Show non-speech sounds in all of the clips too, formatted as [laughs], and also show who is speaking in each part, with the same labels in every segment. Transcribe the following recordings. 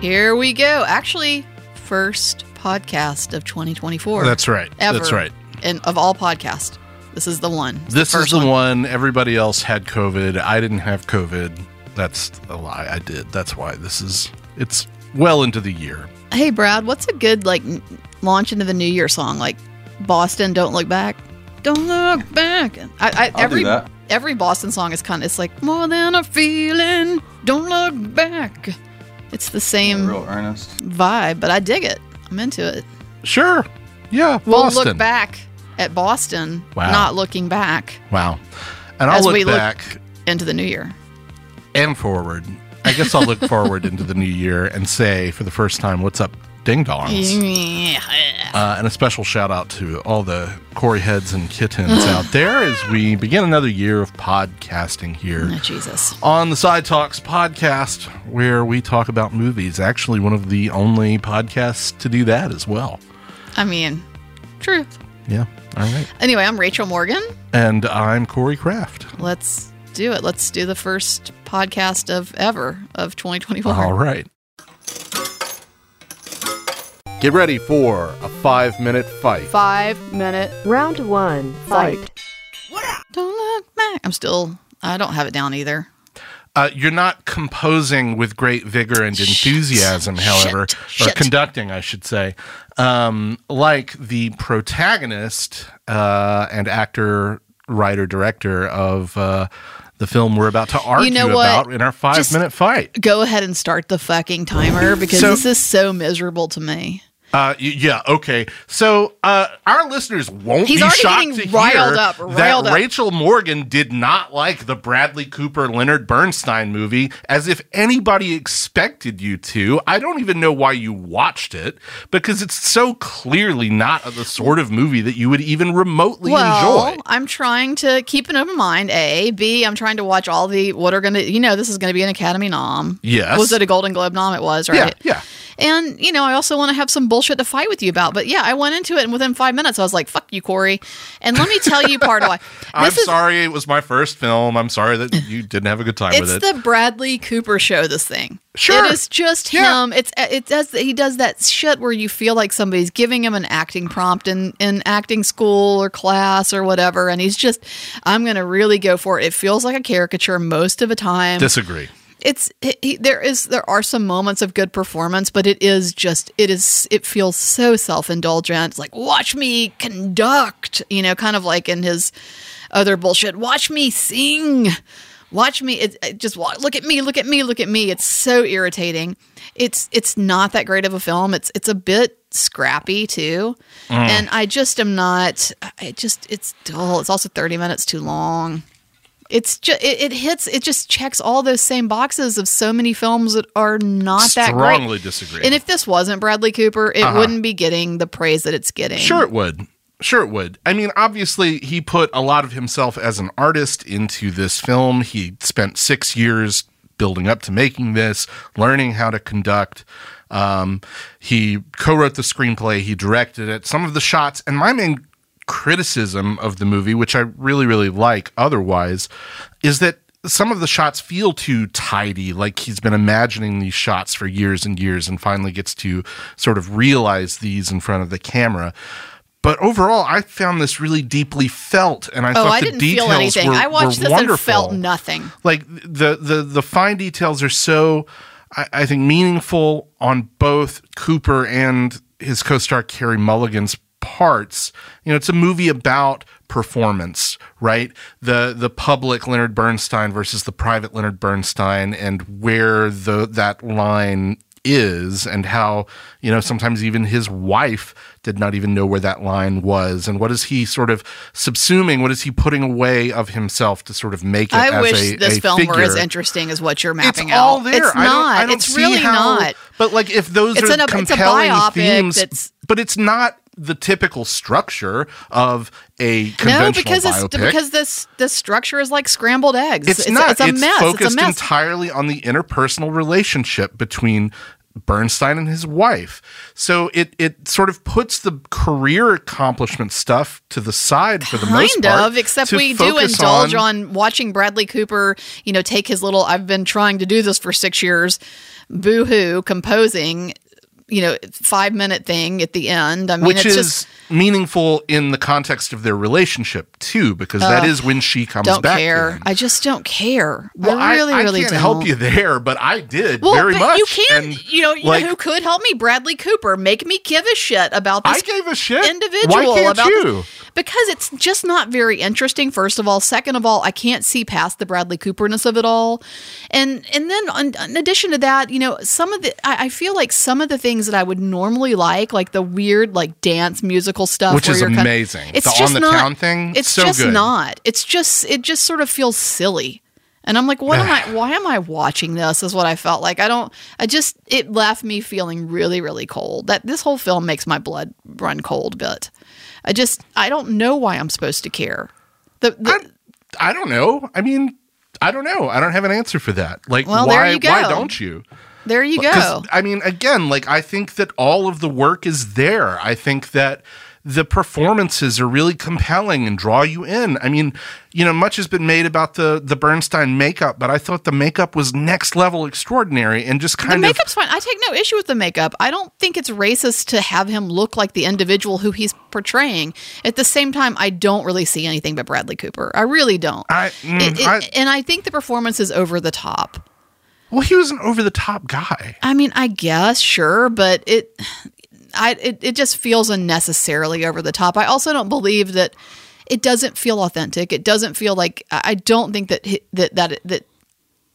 Speaker 1: Here we go. Actually, first podcast of 2024.
Speaker 2: That's right.
Speaker 1: Ever.
Speaker 2: That's right.
Speaker 1: And of all podcasts, this is the one. It's
Speaker 2: This is
Speaker 1: first
Speaker 2: the one. Everybody else had COVID. I didn't have COVID. That's a lie. I did. That's why this is. It's well into the year.
Speaker 1: Hey, Brad, what's a good like n- launch into the new year song? Like Boston, don't look back. Don't look back. I, I,
Speaker 3: I'll do
Speaker 1: every
Speaker 3: that.
Speaker 1: every Boston song is kind of it's like more than a feeling. Don't look back. It's the same
Speaker 3: Real earnest.
Speaker 1: vibe, but I dig it. I'm into it.
Speaker 2: Sure. Yeah.
Speaker 1: We'll
Speaker 2: Boston.
Speaker 1: look back at Boston,
Speaker 2: Wow.
Speaker 1: not looking back
Speaker 2: Wow. And I'll
Speaker 1: As
Speaker 2: look
Speaker 1: we look-
Speaker 2: back
Speaker 1: into the new year.
Speaker 2: and forward. I guess I'll look forward into the new year and say for the first time, "What's up, ding dongs?" Uh, and a special shout out to all the Corey heads and kittens out there as we begin another year of podcasting here.
Speaker 1: Oh, Jesus.
Speaker 2: on the Side Talks podcast, where we talk about movies. Actually, one of the only podcasts to do that as well.
Speaker 1: I mean, true.
Speaker 2: Yeah. All right.
Speaker 1: Anyway, I'm Rachel Morgan.
Speaker 2: And I'm Corey Kraft.
Speaker 1: Let's do it. Let's do the first podcast of ever of 2024.
Speaker 2: All right. Get ready for a five minute fight.
Speaker 1: Five minute.
Speaker 4: Round one, fight.
Speaker 1: Don't look back. I'm still. I don't have it down either.
Speaker 2: Uh, you're not composing with great vigor and enthusiasm, however,
Speaker 1: Shit.
Speaker 2: or conducting, I should say, um, like the protagonist uh, and actor, writer, director of uh, the film we're about to argue
Speaker 1: know what?
Speaker 2: about in our five
Speaker 1: Just-
Speaker 2: minute fight.
Speaker 1: Go ahead and start the fucking timer
Speaker 2: [laughs]
Speaker 1: because
Speaker 2: So-
Speaker 1: this is so miserable to me.
Speaker 2: Uh, y- yeah, okay. So uh, our listeners won't
Speaker 1: He's
Speaker 2: be
Speaker 1: already
Speaker 2: shocked
Speaker 1: getting
Speaker 2: to
Speaker 1: riled
Speaker 2: hear
Speaker 1: up,
Speaker 2: that
Speaker 1: riled up.
Speaker 2: Rachel Morgan did not like the Bradley Cooper Leonard Bernstein movie, as if anybody expected you to. I don't even know why you watched it because it's so clearly not the sort of movie that you would even remotely
Speaker 1: Well,
Speaker 2: enjoy.
Speaker 1: I'm trying to keep an open mind. A, B. I'm trying to watch all the what are going to. You know, this is going to be an Academy nom.
Speaker 2: Yes.
Speaker 1: Was it a Golden Globe nom? It was right.
Speaker 2: Yeah, yeah.
Speaker 1: And, you know, I also want to have some bullshit to fight with you about. But yeah, I went into it and within five minutes I was like, fuck you, Corey. And let me tell you part of why.
Speaker 2: [laughs] I'm
Speaker 1: This is-
Speaker 2: sorry it was my first film. I'm sorry that you didn't have a good time with
Speaker 1: It's
Speaker 2: it.
Speaker 1: the Bradley Cooper show, this thing.
Speaker 2: Sure.
Speaker 1: It is just
Speaker 2: Yeah.
Speaker 1: him. It's it does he does that shit where you feel like somebody's giving him an acting prompt in, in acting school or class or whatever, and he's just I'm gonna really go for it. It feels like a caricature most of the time.
Speaker 2: Disagree.
Speaker 1: it's he- he, there is there are some moments of good performance but it is just it is it feels so self-indulgent it's like watch me conduct you know kind of like in his other bullshit watch me sing watch me it, it just wa- look at me look at me look at me it's so irritating it's it's not that great of a film it's it's a bit scrappy too
Speaker 2: Mm.
Speaker 1: and i just am not i just it's dull it's also 30 minutes too long it's just it, it hits it just checks all those same boxes of so many films that are not that great.
Speaker 2: Strongly disagree.
Speaker 1: And if this wasn't Bradley Cooper, it wouldn't be getting the praise that it's getting.
Speaker 2: Sure, it would. Sure, it would. I mean, obviously, he put a lot of himself as an artist into this film. He spent six years building up to making this, learning how to conduct. Um, he co wrote the screenplay, he directed it, some of the shots. And my main criticism of the movie, which I really, really like otherwise, is that some of the shots feel too tidy, like he's been imagining these shots for years and years and finally gets to sort of realize these in front of the camera. But overall, I found this really deeply felt, and I
Speaker 1: Oh,
Speaker 2: thought
Speaker 1: I
Speaker 2: the
Speaker 1: didn't
Speaker 2: details
Speaker 1: feel anything.
Speaker 2: were
Speaker 1: I watched
Speaker 2: were
Speaker 1: this
Speaker 2: wonderful
Speaker 1: and felt nothing.
Speaker 2: like the the the fine details are so I, I think meaningful on both Cooper and his co-star Carrie Mulligan's parts. You know, it's a movie about performance, right? The the public Leonard Bernstein versus the private Leonard Bernstein and where the that line is and how, you know, sometimes even his wife did not even know where that line was and what is he sort of subsuming, what is he putting away of himself to sort of make it
Speaker 1: I
Speaker 2: as
Speaker 1: wish
Speaker 2: a-
Speaker 1: this
Speaker 2: a
Speaker 1: film were
Speaker 2: figure.
Speaker 1: as interesting as what you're
Speaker 2: It's
Speaker 1: mapping
Speaker 2: all
Speaker 1: out.
Speaker 2: there.
Speaker 1: It's
Speaker 2: I don't-
Speaker 1: not.
Speaker 2: I don't
Speaker 1: it's
Speaker 2: see
Speaker 1: really
Speaker 2: how-
Speaker 1: not.
Speaker 2: But like, if those
Speaker 1: It's
Speaker 2: are
Speaker 1: an- it's a
Speaker 2: compelling
Speaker 1: biopic
Speaker 2: themes,
Speaker 1: that's-
Speaker 2: but it's not the typical structure of a conventional
Speaker 1: no, because
Speaker 2: biopic.
Speaker 1: it's because this this structure is like scrambled eggs.
Speaker 2: it's, not.
Speaker 1: It's a mess.
Speaker 2: focused
Speaker 1: It's a mess.
Speaker 2: entirely on the interpersonal relationship between Bernstein and his wife. So it it sort of puts the career accomplishment stuff to the side for the most
Speaker 1: kind
Speaker 2: part.
Speaker 1: of except
Speaker 2: to
Speaker 1: we do
Speaker 2: focus
Speaker 1: indulge on, watching bradley cooper you know take his little i've been trying to do this for six years boo-hoo composing you know five minute thing at the end i mean
Speaker 2: which
Speaker 1: it's
Speaker 2: is
Speaker 1: just
Speaker 2: meaningful in the context of their relationship too, because that is when she comes
Speaker 1: don't
Speaker 2: back. to
Speaker 1: care
Speaker 2: him.
Speaker 1: i just don't care
Speaker 2: Well,
Speaker 1: i really really
Speaker 2: can't
Speaker 1: don't
Speaker 2: help you there, but I did
Speaker 1: well,
Speaker 2: very
Speaker 1: but
Speaker 2: much.
Speaker 1: you can.
Speaker 2: and,
Speaker 1: you know, you
Speaker 2: like,
Speaker 1: know who could help me? Bradley Cooper. Make me give a shit about this
Speaker 2: I gave a shit.
Speaker 1: individual
Speaker 2: Why can't
Speaker 1: about
Speaker 2: you?
Speaker 1: this- because it's just not very interesting first of all second of all i can't see past the bradley cooperness of it all and and then on, in addition to that you know some of the I, I feel like some of the things that i would normally like like the weird like dance musical stuff
Speaker 2: Which
Speaker 1: where
Speaker 2: is
Speaker 1: you're kind of-
Speaker 2: amazing.
Speaker 1: it's
Speaker 2: The
Speaker 1: just
Speaker 2: On the
Speaker 1: not,
Speaker 2: Town thing,
Speaker 1: it's
Speaker 2: so
Speaker 1: just
Speaker 2: good.
Speaker 1: not it's just it just sort of feels silly and I'm like, what am
Speaker 2: [sighs]
Speaker 1: I? Why am I watching this? Is what I felt like. I don't. I just it left me feeling really, really cold. That this whole film makes my blood run cold. A bit. I just I don't know why I'm supposed to care. The, the-
Speaker 2: I don't know. I mean, I don't know. I don't have an answer for that. Like,
Speaker 1: Well, there
Speaker 2: why?
Speaker 1: you go.
Speaker 2: Why don't you?
Speaker 1: there you go.
Speaker 2: Because I mean, again, like I think that all of the work is there. I think that the performances are really compelling and draw you in. I mean, you know, much has been made about the the Bernstein makeup, but I thought the makeup was next level extraordinary and just
Speaker 1: The
Speaker 2: kind of
Speaker 1: makeup's fine. I take no issue with the makeup. I don't think it's racist to have him look like the individual who he's portraying. At the same time, I don't really see anything but Bradley Cooper. I really don't.
Speaker 2: I- mm,
Speaker 1: It- it-
Speaker 2: I-
Speaker 1: and I think the performance is over the top.
Speaker 2: well, he was an over the top guy.
Speaker 1: I mean, I guess sure, but it, I it, it just feels unnecessarily over the top. I also don't believe that it doesn't feel authentic. It doesn't feel like I I don't think that hi- that that that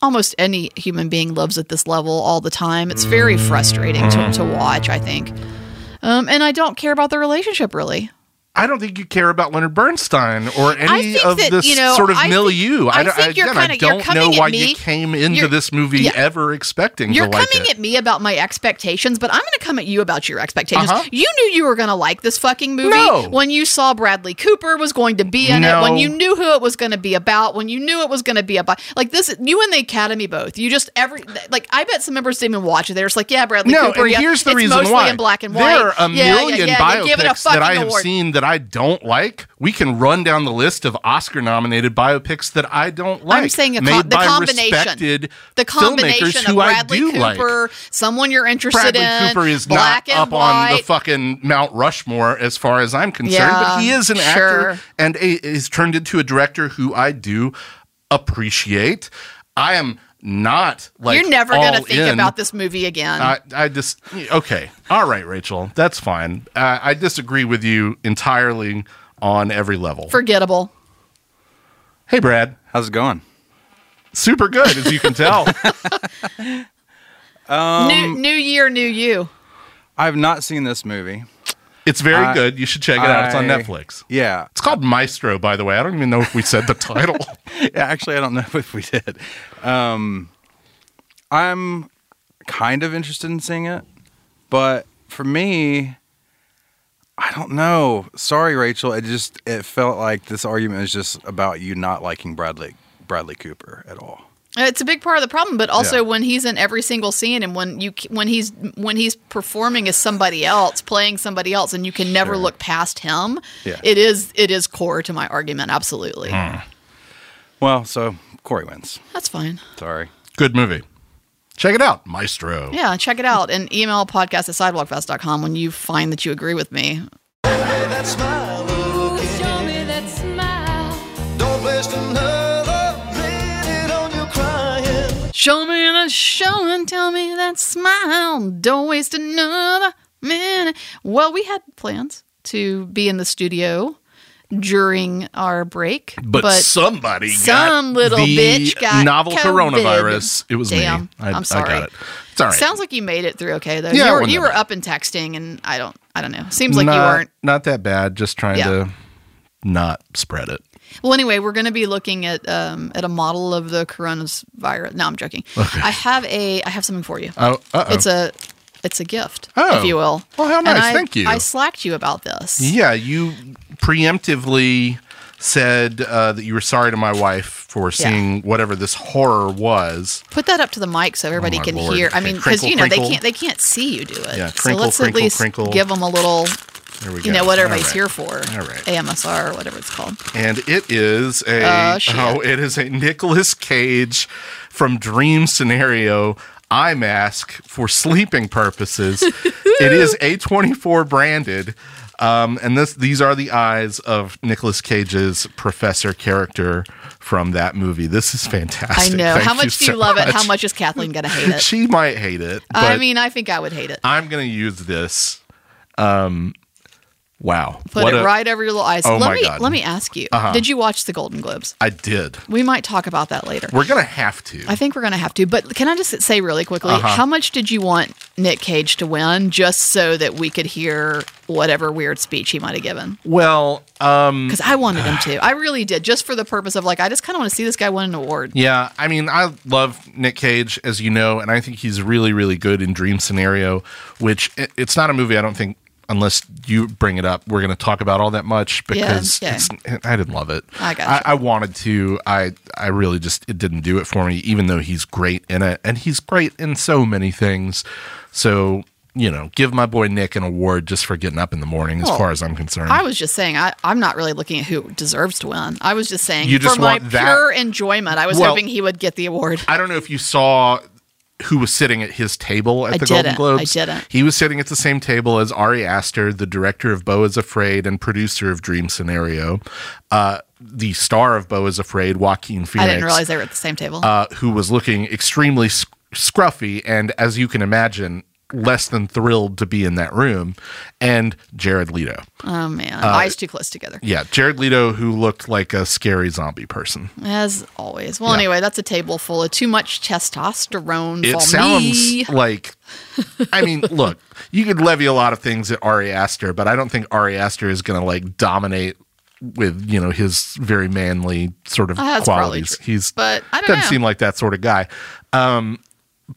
Speaker 1: almost any human being lives at this level all the time. It's very frustrating to, to
Speaker 2: Mm.
Speaker 1: watch. I think, um, and I don't care about the relationship really.
Speaker 2: I don't think you care about Leonard Bernstein or
Speaker 1: I
Speaker 2: any
Speaker 1: think
Speaker 2: of
Speaker 1: that,
Speaker 2: this
Speaker 1: you know,
Speaker 2: sort of
Speaker 1: I think-
Speaker 2: milieu.
Speaker 1: I
Speaker 2: don't-
Speaker 1: think you're
Speaker 2: again, I
Speaker 1: kinda- you're
Speaker 2: don't know
Speaker 1: coming at
Speaker 2: why
Speaker 1: me.
Speaker 2: you came into
Speaker 1: You're-
Speaker 2: this movie
Speaker 1: yeah.
Speaker 2: ever expecting
Speaker 1: You're
Speaker 2: to like
Speaker 1: coming
Speaker 2: it.
Speaker 1: at me about my expectations, but I'm going to come at you about your expectations.
Speaker 2: Uh-huh.
Speaker 1: You knew you were going to like this fucking movie
Speaker 2: No.
Speaker 1: when you saw Bradley Cooper was going to be in it,
Speaker 2: No.
Speaker 1: when you knew who it was going to be about, when you knew it was going to be about. Like this, you and the Academy both. You just every like I bet some members didn't even watch it. They're just like, yeah, Bradley
Speaker 2: no,
Speaker 1: Cooper.
Speaker 2: and
Speaker 1: yeah,
Speaker 2: here's the
Speaker 1: it's
Speaker 2: reason
Speaker 1: mostly
Speaker 2: why.
Speaker 1: in black and white.
Speaker 2: There are a
Speaker 1: Yeah, yeah,
Speaker 2: million
Speaker 1: yeah, they give it a
Speaker 2: biopics that
Speaker 1: fucking
Speaker 2: I have
Speaker 1: award.
Speaker 2: seen that I don't like. We can run down the list of Oscar-nominated biopics that I don't like.
Speaker 1: I'm saying a
Speaker 2: made
Speaker 1: com- the
Speaker 2: by
Speaker 1: combination,
Speaker 2: respected
Speaker 1: the combination
Speaker 2: filmmakers
Speaker 1: of
Speaker 2: who
Speaker 1: Bradley
Speaker 2: I do
Speaker 1: Cooper,
Speaker 2: like.
Speaker 1: someone you're interested
Speaker 2: Bradley
Speaker 1: in,
Speaker 2: Cooper is
Speaker 1: black
Speaker 2: not
Speaker 1: and
Speaker 2: up
Speaker 1: white.
Speaker 2: on the fucking Mount Rushmore as far as I'm concerned,
Speaker 1: Yeah,
Speaker 2: but he is an
Speaker 1: sure.
Speaker 2: actor and a, is turned into a director who I do appreciate. I am not like
Speaker 1: you're never going to
Speaker 2: all
Speaker 1: think
Speaker 2: in.
Speaker 1: about this movie again.
Speaker 2: I, I just okay. All right, Rachel, that's fine. Uh, I disagree with you entirely on every level.
Speaker 1: Forgettable.
Speaker 2: hey, Brad,
Speaker 3: How's it going?
Speaker 2: super good as you
Speaker 1: [laughs]
Speaker 2: can tell.
Speaker 3: Um,
Speaker 1: new, new year, new you.
Speaker 3: I've not seen this movie.
Speaker 2: It's very
Speaker 3: I-
Speaker 2: good. You should check it out. It's on
Speaker 3: I-
Speaker 2: Netflix.
Speaker 3: Yeah.
Speaker 2: It's called Maestro, by the way. I don't even know if we said
Speaker 1: [laughs]
Speaker 2: the title.
Speaker 3: Yeah, Actually, I don't know [laughs] if we did. Um, I'm kind of interested in seeing it, but for me, I don't know. Sorry, Rachel. It just it felt like this argument is just about you not liking Bradley Bradley Cooper at all.
Speaker 1: It's a big part of the problem, but also
Speaker 3: Yeah.
Speaker 1: when he's in every single scene and when you when he's when he's performing as somebody else, playing somebody else, and you can never
Speaker 3: Sure.
Speaker 1: look past him.
Speaker 3: Yeah. Hmm.
Speaker 1: It is it is core to my argument. Absolutely,
Speaker 3: Well, so Corey wins.
Speaker 1: that's fine.
Speaker 3: Sorry.
Speaker 2: good movie. Check it out, Maestro.
Speaker 1: Yeah, check it out and email podcast at sidewalkfest.com when you find that you agree with me.
Speaker 5: Show me that smile.
Speaker 6: Don't waste another minute on your crying.
Speaker 1: Show me that show and tell me that smile. Don't waste another minute. Well, we had plans to be in the studio during our break,
Speaker 2: But, somebody
Speaker 1: some
Speaker 2: got
Speaker 1: little
Speaker 2: the
Speaker 1: bitch got
Speaker 2: novel
Speaker 1: COVID.
Speaker 2: coronavirus. It was me.
Speaker 1: Damn,
Speaker 2: I,
Speaker 1: I'm
Speaker 2: I
Speaker 1: sorry.
Speaker 2: got it. It's all right.
Speaker 1: sounds like you made it through okay though. you
Speaker 2: Yeah, it
Speaker 1: were,
Speaker 2: wasn't
Speaker 1: you
Speaker 2: that
Speaker 1: were
Speaker 2: bad.
Speaker 1: up and texting, and I don't, I don't know. Seems like you
Speaker 2: Not-
Speaker 1: weren't.
Speaker 2: Not that bad. Just trying
Speaker 1: Yeah.
Speaker 2: to not spread it.
Speaker 1: Well, anyway, we're going to be looking at um, at a model of the coronavirus. No, I'm joking. I have a I have something for you.
Speaker 2: Oh, uh-oh.
Speaker 1: It's a it's a gift,
Speaker 2: Oh.
Speaker 1: if you will.
Speaker 2: Well, how
Speaker 1: And
Speaker 2: nice.
Speaker 1: I-
Speaker 2: Thank you.
Speaker 1: I slacked you about this.
Speaker 2: Yeah, you preemptively said uh, that you were sorry to my wife for seeing whatever this horror was.
Speaker 1: Put that up to the mic so everybody
Speaker 2: Oh, my
Speaker 1: can
Speaker 2: Lord.
Speaker 1: hear. I
Speaker 2: Okay,
Speaker 1: mean, because you
Speaker 2: crinkle,
Speaker 1: know
Speaker 2: crinkle.
Speaker 1: they can't they can't see you do it.
Speaker 2: Yeah,
Speaker 1: so
Speaker 2: crinkle,
Speaker 1: let's
Speaker 2: crinkle,
Speaker 1: at least
Speaker 2: crinkle.
Speaker 1: give them a little,
Speaker 2: There we go.
Speaker 1: you know, whatever
Speaker 2: All
Speaker 1: he's
Speaker 2: right.
Speaker 1: here for.
Speaker 2: All right.
Speaker 1: AMSR or whatever it's called.
Speaker 2: and it is a
Speaker 1: Oh, shit.
Speaker 2: oh, it is a Nicolas Cage from Dream Scenario eye mask for
Speaker 1: [laughs]
Speaker 2: sleeping purposes. it is A24 branded. Um, and this, these are the eyes of Nicolas Cage's professor character from that movie. This is
Speaker 1: I
Speaker 2: fantastic.
Speaker 1: know.
Speaker 2: Thank
Speaker 1: How much do you
Speaker 2: so
Speaker 1: love it? How much is Kathleen gonna hate it?
Speaker 2: She might hate it. [laughs] But
Speaker 1: I mean, I think I would hate it.
Speaker 2: I'm going to use this. Um, wow.
Speaker 1: Put
Speaker 2: What
Speaker 1: it
Speaker 2: a-
Speaker 1: right over your little eyes.
Speaker 2: Oh
Speaker 1: let
Speaker 2: my
Speaker 1: me
Speaker 2: God. Uh-huh.
Speaker 1: let me ask you. Did you watch the Golden Globes?
Speaker 2: I did.
Speaker 1: We might talk about that later.
Speaker 2: We're going to have to.
Speaker 1: I think we're going to have to. But can I just say really quickly,
Speaker 2: Uh-huh.
Speaker 1: how much did you want Nick Cage to win just so that we could hear whatever weird speech he might have given?
Speaker 2: well, Mm.
Speaker 1: Because I wanted
Speaker 2: [sighs]
Speaker 1: him to. I really did, just for the purpose of like, I just kind of want to see this guy win an award.
Speaker 2: Yeah, I mean, I love Nick Cage, as you know, and I think he's really, really good in Dream Scenario, which i- it's not a movie I don't think, unless you bring it up, we're going to talk about all that much because
Speaker 1: yeah.
Speaker 2: It's, I didn't love it.
Speaker 1: I gotcha.
Speaker 2: I, I wanted to. I I really just it didn't do it for me, even though he's great in it, and he's great in so many things. So you know, give my boy Nick an award just for getting up in the morning, as
Speaker 1: Well,
Speaker 2: far as I'm concerned.
Speaker 1: I was just saying, I, I'm not really looking at who deserves to win. I was just saying,
Speaker 2: You just
Speaker 1: for my
Speaker 2: want that-
Speaker 1: pure enjoyment, I was
Speaker 2: Well-
Speaker 1: hoping he would get the award.
Speaker 2: I don't know if you saw who was sitting at his table at
Speaker 1: I
Speaker 2: the Golden
Speaker 1: didn't.
Speaker 2: Globes.
Speaker 1: I didn't.
Speaker 2: He was sitting at the same table as Ari Aster, the director of Bo is Afraid and producer of Dream Scenario, uh, the star of Bo is Afraid, Joaquin Phoenix
Speaker 1: I didn't realize they were at the same table.
Speaker 2: uh, who was looking extremely sc- scruffy and, as you can imagine, less than thrilled to be in that room, and Jared Leto.
Speaker 1: oh man,
Speaker 2: uh,
Speaker 1: eyes too close together.
Speaker 2: Yeah, Jared Leto, who looked like a scary zombie person.
Speaker 1: As always. Well,
Speaker 2: Yeah.
Speaker 1: anyway, that's a table full of too much testosterone
Speaker 2: It
Speaker 1: for
Speaker 2: sounds
Speaker 1: me.
Speaker 2: like, I
Speaker 1: [laughs]
Speaker 2: mean, look, you could levy a lot of things at Ari Aster, but I don't think Ari Aster is going to like dominate with you know his very manly sort of
Speaker 1: Uh, that's probably
Speaker 2: qualities.
Speaker 1: true.
Speaker 2: He's
Speaker 1: But I don't
Speaker 2: doesn't
Speaker 1: know.
Speaker 2: seem like that sort of guy. Um,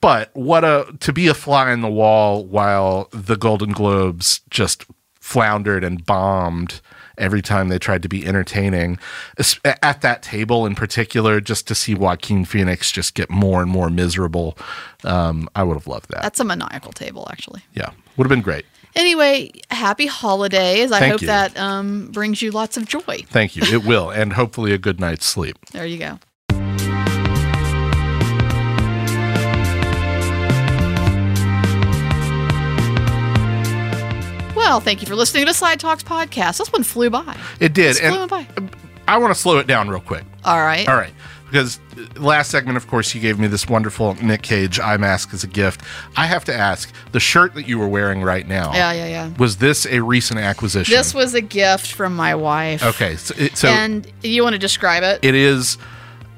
Speaker 2: but what a to be a fly in the wall while the Golden Globes just floundered and bombed every time they tried to be entertaining Es- at that table in particular just to see Joaquin Phoenix just get more and more miserable um, I would have loved that
Speaker 1: That's a maniacal table, actually.
Speaker 2: yeah would have been great
Speaker 1: Anyway, happy holidays. I
Speaker 2: Thank
Speaker 1: hope
Speaker 2: you.
Speaker 1: that um, brings you lots of joy.
Speaker 2: thank you it will and hopefully a good night's sleep
Speaker 1: There you go. Well, thank you for listening to Slide Talks podcast. This one flew by.
Speaker 2: it did
Speaker 1: It's
Speaker 2: and
Speaker 1: flew by.
Speaker 2: I want to slow it down real quick
Speaker 1: All right.
Speaker 2: All right. Because uh, last segment, of course, you gave me this wonderful Nick Cage eye mask as a gift. I have to ask the shirt that you were wearing right now.
Speaker 1: Yeah, yeah, yeah.
Speaker 2: Was this a recent acquisition?
Speaker 1: This was a gift from my wife.
Speaker 2: Okay. So, it, so
Speaker 1: and you want to describe it?
Speaker 2: it is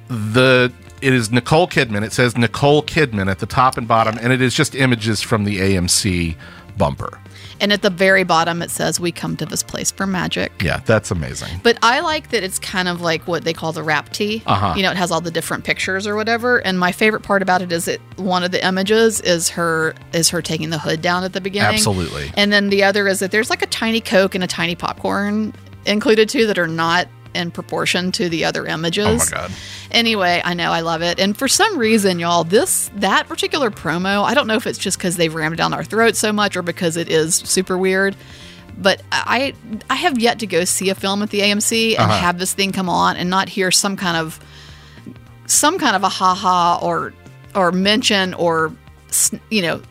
Speaker 2: the. It is Nicole Kidman. It says Nicole Kidman at the top and bottom, and it is just images from the AMC bumper.
Speaker 1: And at the very bottom, it says, We come to this place for magic.
Speaker 2: Yeah, that's amazing.
Speaker 1: But I like that it's kind of like what they call the wrap tee.
Speaker 2: Uh-huh.
Speaker 1: You know, it has all the different pictures or whatever. And my favorite part about it is it one of the images is her is her taking the hood down at the beginning.
Speaker 2: Absolutely.
Speaker 1: And then the other is that there's like a tiny Coke and a tiny popcorn included too that are not in proportion to the other images.
Speaker 2: Oh my god.
Speaker 1: Anyway, I know I love it. And for some reason, y'all, this that particular promo, I don't know if it's just because they've rammed it down our throats so much or because it is super weird. But I I have yet to go see a film at the AMC and
Speaker 2: Uh-huh.
Speaker 1: have this thing come on and not hear some kind of some kind of a haha or or mention or sn- you know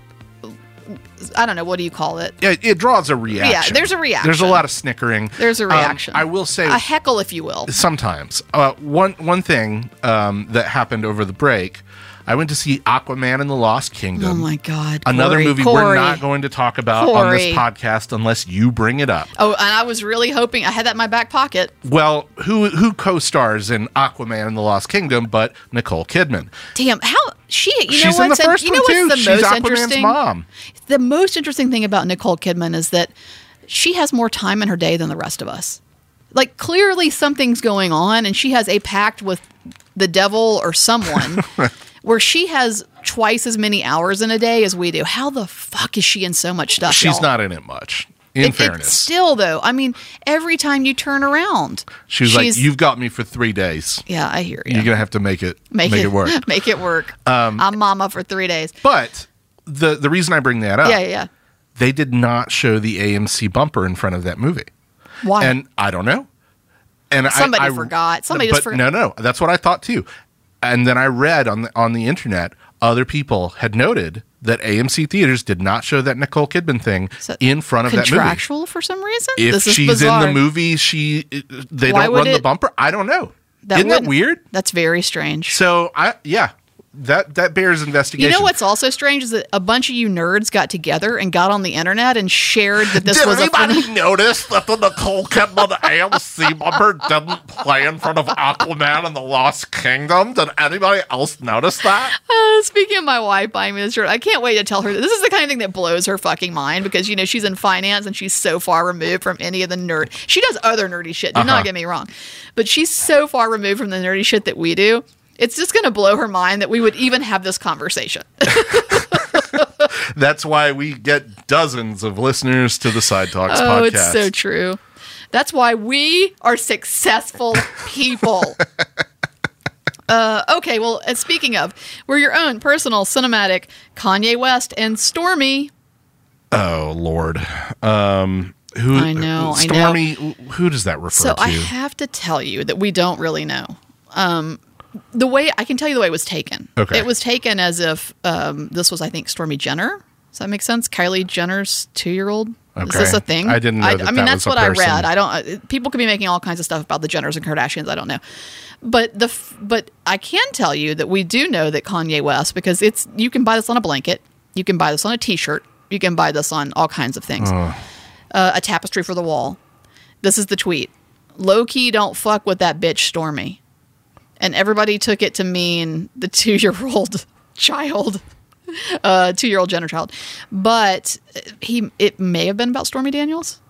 Speaker 1: I don't know what do you call it
Speaker 2: It, it draws a reaction.
Speaker 1: there's a
Speaker 2: There's a
Speaker 1: reaction.
Speaker 2: lot of snickering.
Speaker 1: there's a
Speaker 2: Um,
Speaker 1: reaction
Speaker 2: I will say
Speaker 1: a heckle if you will
Speaker 2: sometimes. Uh, one one thing um, that happened over the break, I went to see Aquaman and the Lost Kingdom.
Speaker 1: oh my god
Speaker 2: Another
Speaker 1: Corey,
Speaker 2: movie we're
Speaker 1: Corey.
Speaker 2: not going to talk about on
Speaker 1: Corey.
Speaker 2: this podcast unless you bring it up.
Speaker 1: oh and I was really hoping I had that in my back pocket
Speaker 2: Well, who who co-stars in Aquaman and the Lost Kingdom but Nicole Kidman?
Speaker 1: Damn, how she? You know
Speaker 2: She's
Speaker 1: what's
Speaker 2: in the first
Speaker 1: you know
Speaker 2: one too.
Speaker 1: what's the
Speaker 2: She's
Speaker 1: most
Speaker 2: Aquaman's
Speaker 1: interesting?
Speaker 2: mom.
Speaker 1: The most interesting thing about Nicole Kidman is that she has more time in her day than the rest of us. Like clearly something's going on, and she has a pact with the devil or
Speaker 2: [laughs]
Speaker 1: someone where she has twice as many hours in a day as we do. How the fuck is she in so much stuff?
Speaker 2: She's
Speaker 1: y'all?
Speaker 2: not in it much. In
Speaker 1: It- it's
Speaker 2: fairness.
Speaker 1: still though, I mean, every time you turn around,
Speaker 2: She was like,
Speaker 1: she's-
Speaker 2: "You've got me for three days.
Speaker 1: Yeah, I hear you.
Speaker 2: You're gonna have to make it make,
Speaker 1: [laughs]
Speaker 2: it, work." Um,
Speaker 1: Make it work. I'm mama for three days.
Speaker 2: but the the reason I bring that up,
Speaker 1: Yeah, yeah, yeah.
Speaker 2: they did not show the AMC bumper in front of that movie,
Speaker 1: Why?
Speaker 2: and I don't know. And I-
Speaker 1: Somebody
Speaker 2: I,
Speaker 1: forgot. Somebody just
Speaker 2: but
Speaker 1: forgot.
Speaker 2: No, no, that's what I thought too. And then I read on the on the internet, other people had noted that AMC theaters did not show that Nicole Kidman thing
Speaker 1: So-
Speaker 2: in front of that movie.
Speaker 1: contractual for some reason.
Speaker 2: If
Speaker 1: this is
Speaker 2: she's
Speaker 1: bizarre.
Speaker 2: in the movie, she they
Speaker 1: Why
Speaker 2: don't
Speaker 1: would
Speaker 2: run the
Speaker 1: it-
Speaker 2: bumper. I don't know. is Isn't that
Speaker 1: wouldn't-
Speaker 2: weird?
Speaker 1: That's very strange.
Speaker 2: So I yeah, that that bears investigation.
Speaker 1: You know what's also strange is that a bunch of you nerds got together and got on the internet and shared that this
Speaker 2: Did
Speaker 1: was a
Speaker 2: anybody
Speaker 1: phenomenon.
Speaker 2: notice that the Nicole Kidman AMC bumper didn't play in front of Aquaman and the Lost Kingdom? Did anybody else notice that?
Speaker 1: Uh, [laughs] speaking of my wife buying me this shirt, I can't wait to tell her. This is the kind of thing that blows her fucking mind because you know she's in finance and she's so far removed from any of the nerd. She does other nerdy shit. Do not get me wrong, but she's so far removed from the nerdy shit that we do. It's just going to blow her mind that we would even have this conversation.
Speaker 2: That's why we get dozens of listeners to the Side Talks
Speaker 1: Oh,
Speaker 2: podcast.
Speaker 1: it's so true. That's why we are successful people. uh, okay, well, uh, speaking of, we're your own personal cinematic Kanye West and Stormy.
Speaker 2: oh Lord, um, who?
Speaker 1: I know, I know.
Speaker 2: Stormy. Who does that refer
Speaker 1: So
Speaker 2: to?
Speaker 1: I have to tell you that we don't really know. Um, the way I can tell you the way it was taken.
Speaker 2: Okay.
Speaker 1: It was taken as if um, this was, I think, Stormy Jenner. Does that make sense? Kylie Jenner's two-year-old. Is
Speaker 2: Okay.
Speaker 1: this a thing?
Speaker 2: I didn't know that
Speaker 1: I mean,
Speaker 2: that
Speaker 1: that's
Speaker 2: was a
Speaker 1: what
Speaker 2: person.
Speaker 1: I read. I don't. uh, People could be making all kinds of stuff about the Jenners and Kardashians. I don't know, but the f- but I can tell you that we do know that Kanye West because it's you can buy this on a blanket, you can buy this on a T-shirt, you can buy this on all kinds of things
Speaker 2: Oh.
Speaker 1: uh, a tapestry for the wall. This is the tweet. Low key, don't fuck with that bitch, Stormy. And everybody took it to mean the two year old [laughs] child, uh, two year old Jenner child. But he, it may have been about Stormy Daniels.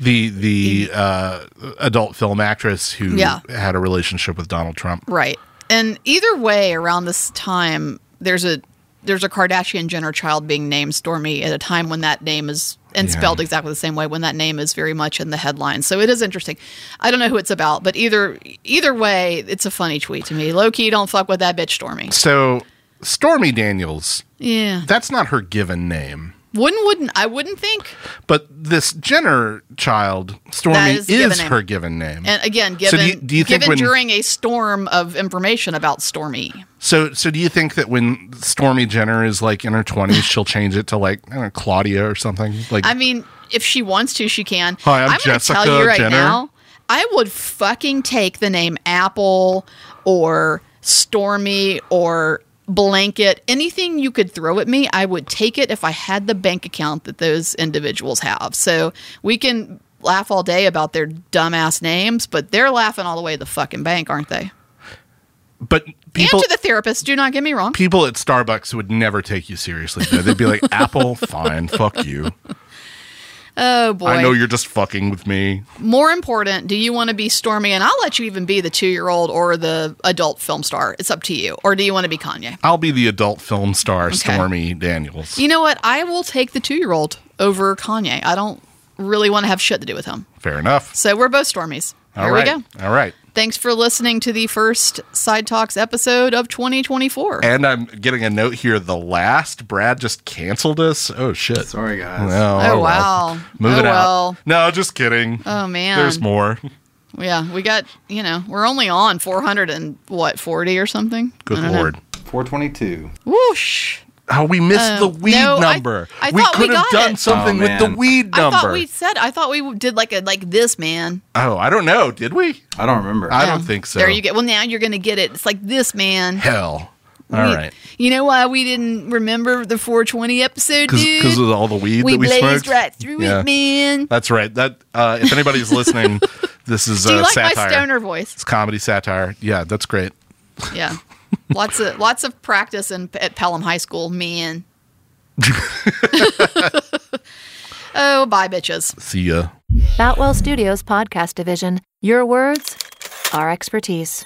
Speaker 2: the the uh, adult film actress who
Speaker 1: Yeah.
Speaker 2: had a relationship with Donald Trump.
Speaker 1: Right. And either way, around this time, there's a there's a Kardashian Jenner child being named Stormy at a time when that name is and
Speaker 2: Yeah.
Speaker 1: spelled exactly the same way when that name is very much in the headlines. So it is interesting. I don't know who it's about, but either either way, it's a funny tweet to me. Low key, don't fuck with that bitch Stormy.
Speaker 2: So Stormy Daniels.
Speaker 1: Yeah.
Speaker 2: That's not her given name.
Speaker 1: Wouldn't wouldn't I wouldn't think.
Speaker 2: But this Jenner child,
Speaker 1: That
Speaker 2: Stormy, is,
Speaker 1: is the given name.
Speaker 2: her given name.
Speaker 1: And again,
Speaker 2: So
Speaker 1: given
Speaker 2: do you- do you think
Speaker 1: given
Speaker 2: when-
Speaker 1: during a storm of information about Stormy.
Speaker 2: so, so do you think that when Stormy Jenner is like in her twenties, she'll change it to like I don't know, Claudia or something? Like,
Speaker 1: I mean, if she wants to, she can.
Speaker 2: Hi, I'm
Speaker 1: gonna
Speaker 2: Jessica
Speaker 1: tell you right
Speaker 2: Jenner.
Speaker 1: now, I would fucking take the name Apple or Stormy or Blanket. Anything you could throw at me, I would take it if I had the bank account that those individuals have. So we can laugh all day about their dumbass names, but they're laughing all the way to the fucking bank, aren't they?
Speaker 2: but people,
Speaker 1: and to the therapist, do not get me wrong.
Speaker 2: people at Starbucks would never take you seriously. Though. They'd be like,
Speaker 1: [laughs]
Speaker 2: "Apple, fine, fuck you.
Speaker 1: oh boy.
Speaker 2: I know you're just fucking with me."
Speaker 1: More important, do you want to be Stormy? And I'll let you even be the two year old or the adult film star. It's up to you. Or do you want to be Kanye?
Speaker 2: I'll be the adult film star, Stormy Daniels.
Speaker 1: You know what? I will take the two year old over Kanye. I don't really want to have shit to do with him.
Speaker 2: Fair enough.
Speaker 1: So we're both Stormies.
Speaker 2: All
Speaker 1: there
Speaker 2: right,
Speaker 1: we go.
Speaker 2: All right.
Speaker 1: Thanks for listening to the first Side Talks episode of 2024.
Speaker 2: And I'm getting a note here. The last Brad just canceled us. Oh shit.
Speaker 3: Sorry, guys.
Speaker 2: No,
Speaker 1: Oh,
Speaker 2: well.
Speaker 1: wow.
Speaker 2: Move
Speaker 1: Oh,
Speaker 2: it out.
Speaker 1: well.
Speaker 2: No, just kidding.
Speaker 1: Oh, man.
Speaker 2: There's more.
Speaker 1: Yeah, we got, you know, we're only on 400 and what, 40 or something?
Speaker 2: Good
Speaker 1: I don't know.
Speaker 2: lord.
Speaker 3: 422.
Speaker 1: Whoosh.
Speaker 2: Oh, we missed the weed
Speaker 1: no, I-
Speaker 2: number.
Speaker 1: I
Speaker 2: we
Speaker 1: thought we
Speaker 2: could have
Speaker 1: got
Speaker 2: done
Speaker 1: it.
Speaker 2: something
Speaker 3: Oh,
Speaker 2: with the
Speaker 3: man.
Speaker 2: weed number.
Speaker 1: I thought we said, I thought we did like a, like this, man.
Speaker 2: oh, I don't know. Did we?
Speaker 3: I don't remember.
Speaker 2: I
Speaker 1: Yeah.
Speaker 2: don't think so.
Speaker 1: There you get. Well, now you're going to get it. It's like this, man.
Speaker 2: Hell. All right.
Speaker 1: We- You know why we didn't remember the 420 episode, dude?
Speaker 2: Because of all the weed
Speaker 1: we
Speaker 2: that we
Speaker 1: blazed
Speaker 2: smoked.
Speaker 1: right through
Speaker 2: Yeah.
Speaker 1: it, man.
Speaker 2: That's right. That uh,
Speaker 1: [laughs]
Speaker 2: if anybody's listening, this is
Speaker 1: Do you
Speaker 2: uh,
Speaker 1: like
Speaker 2: satire.
Speaker 1: my stoner voice?
Speaker 2: It's comedy satire. Yeah, that's great. [laughs]
Speaker 1: Yeah. lots of lots of practice in, at Pelham High School, man.
Speaker 2: [laughs]
Speaker 1: [laughs] oh, bye, bitches.
Speaker 2: See ya.
Speaker 7: Boutwell Studios Podcast Division. Your words, our expertise.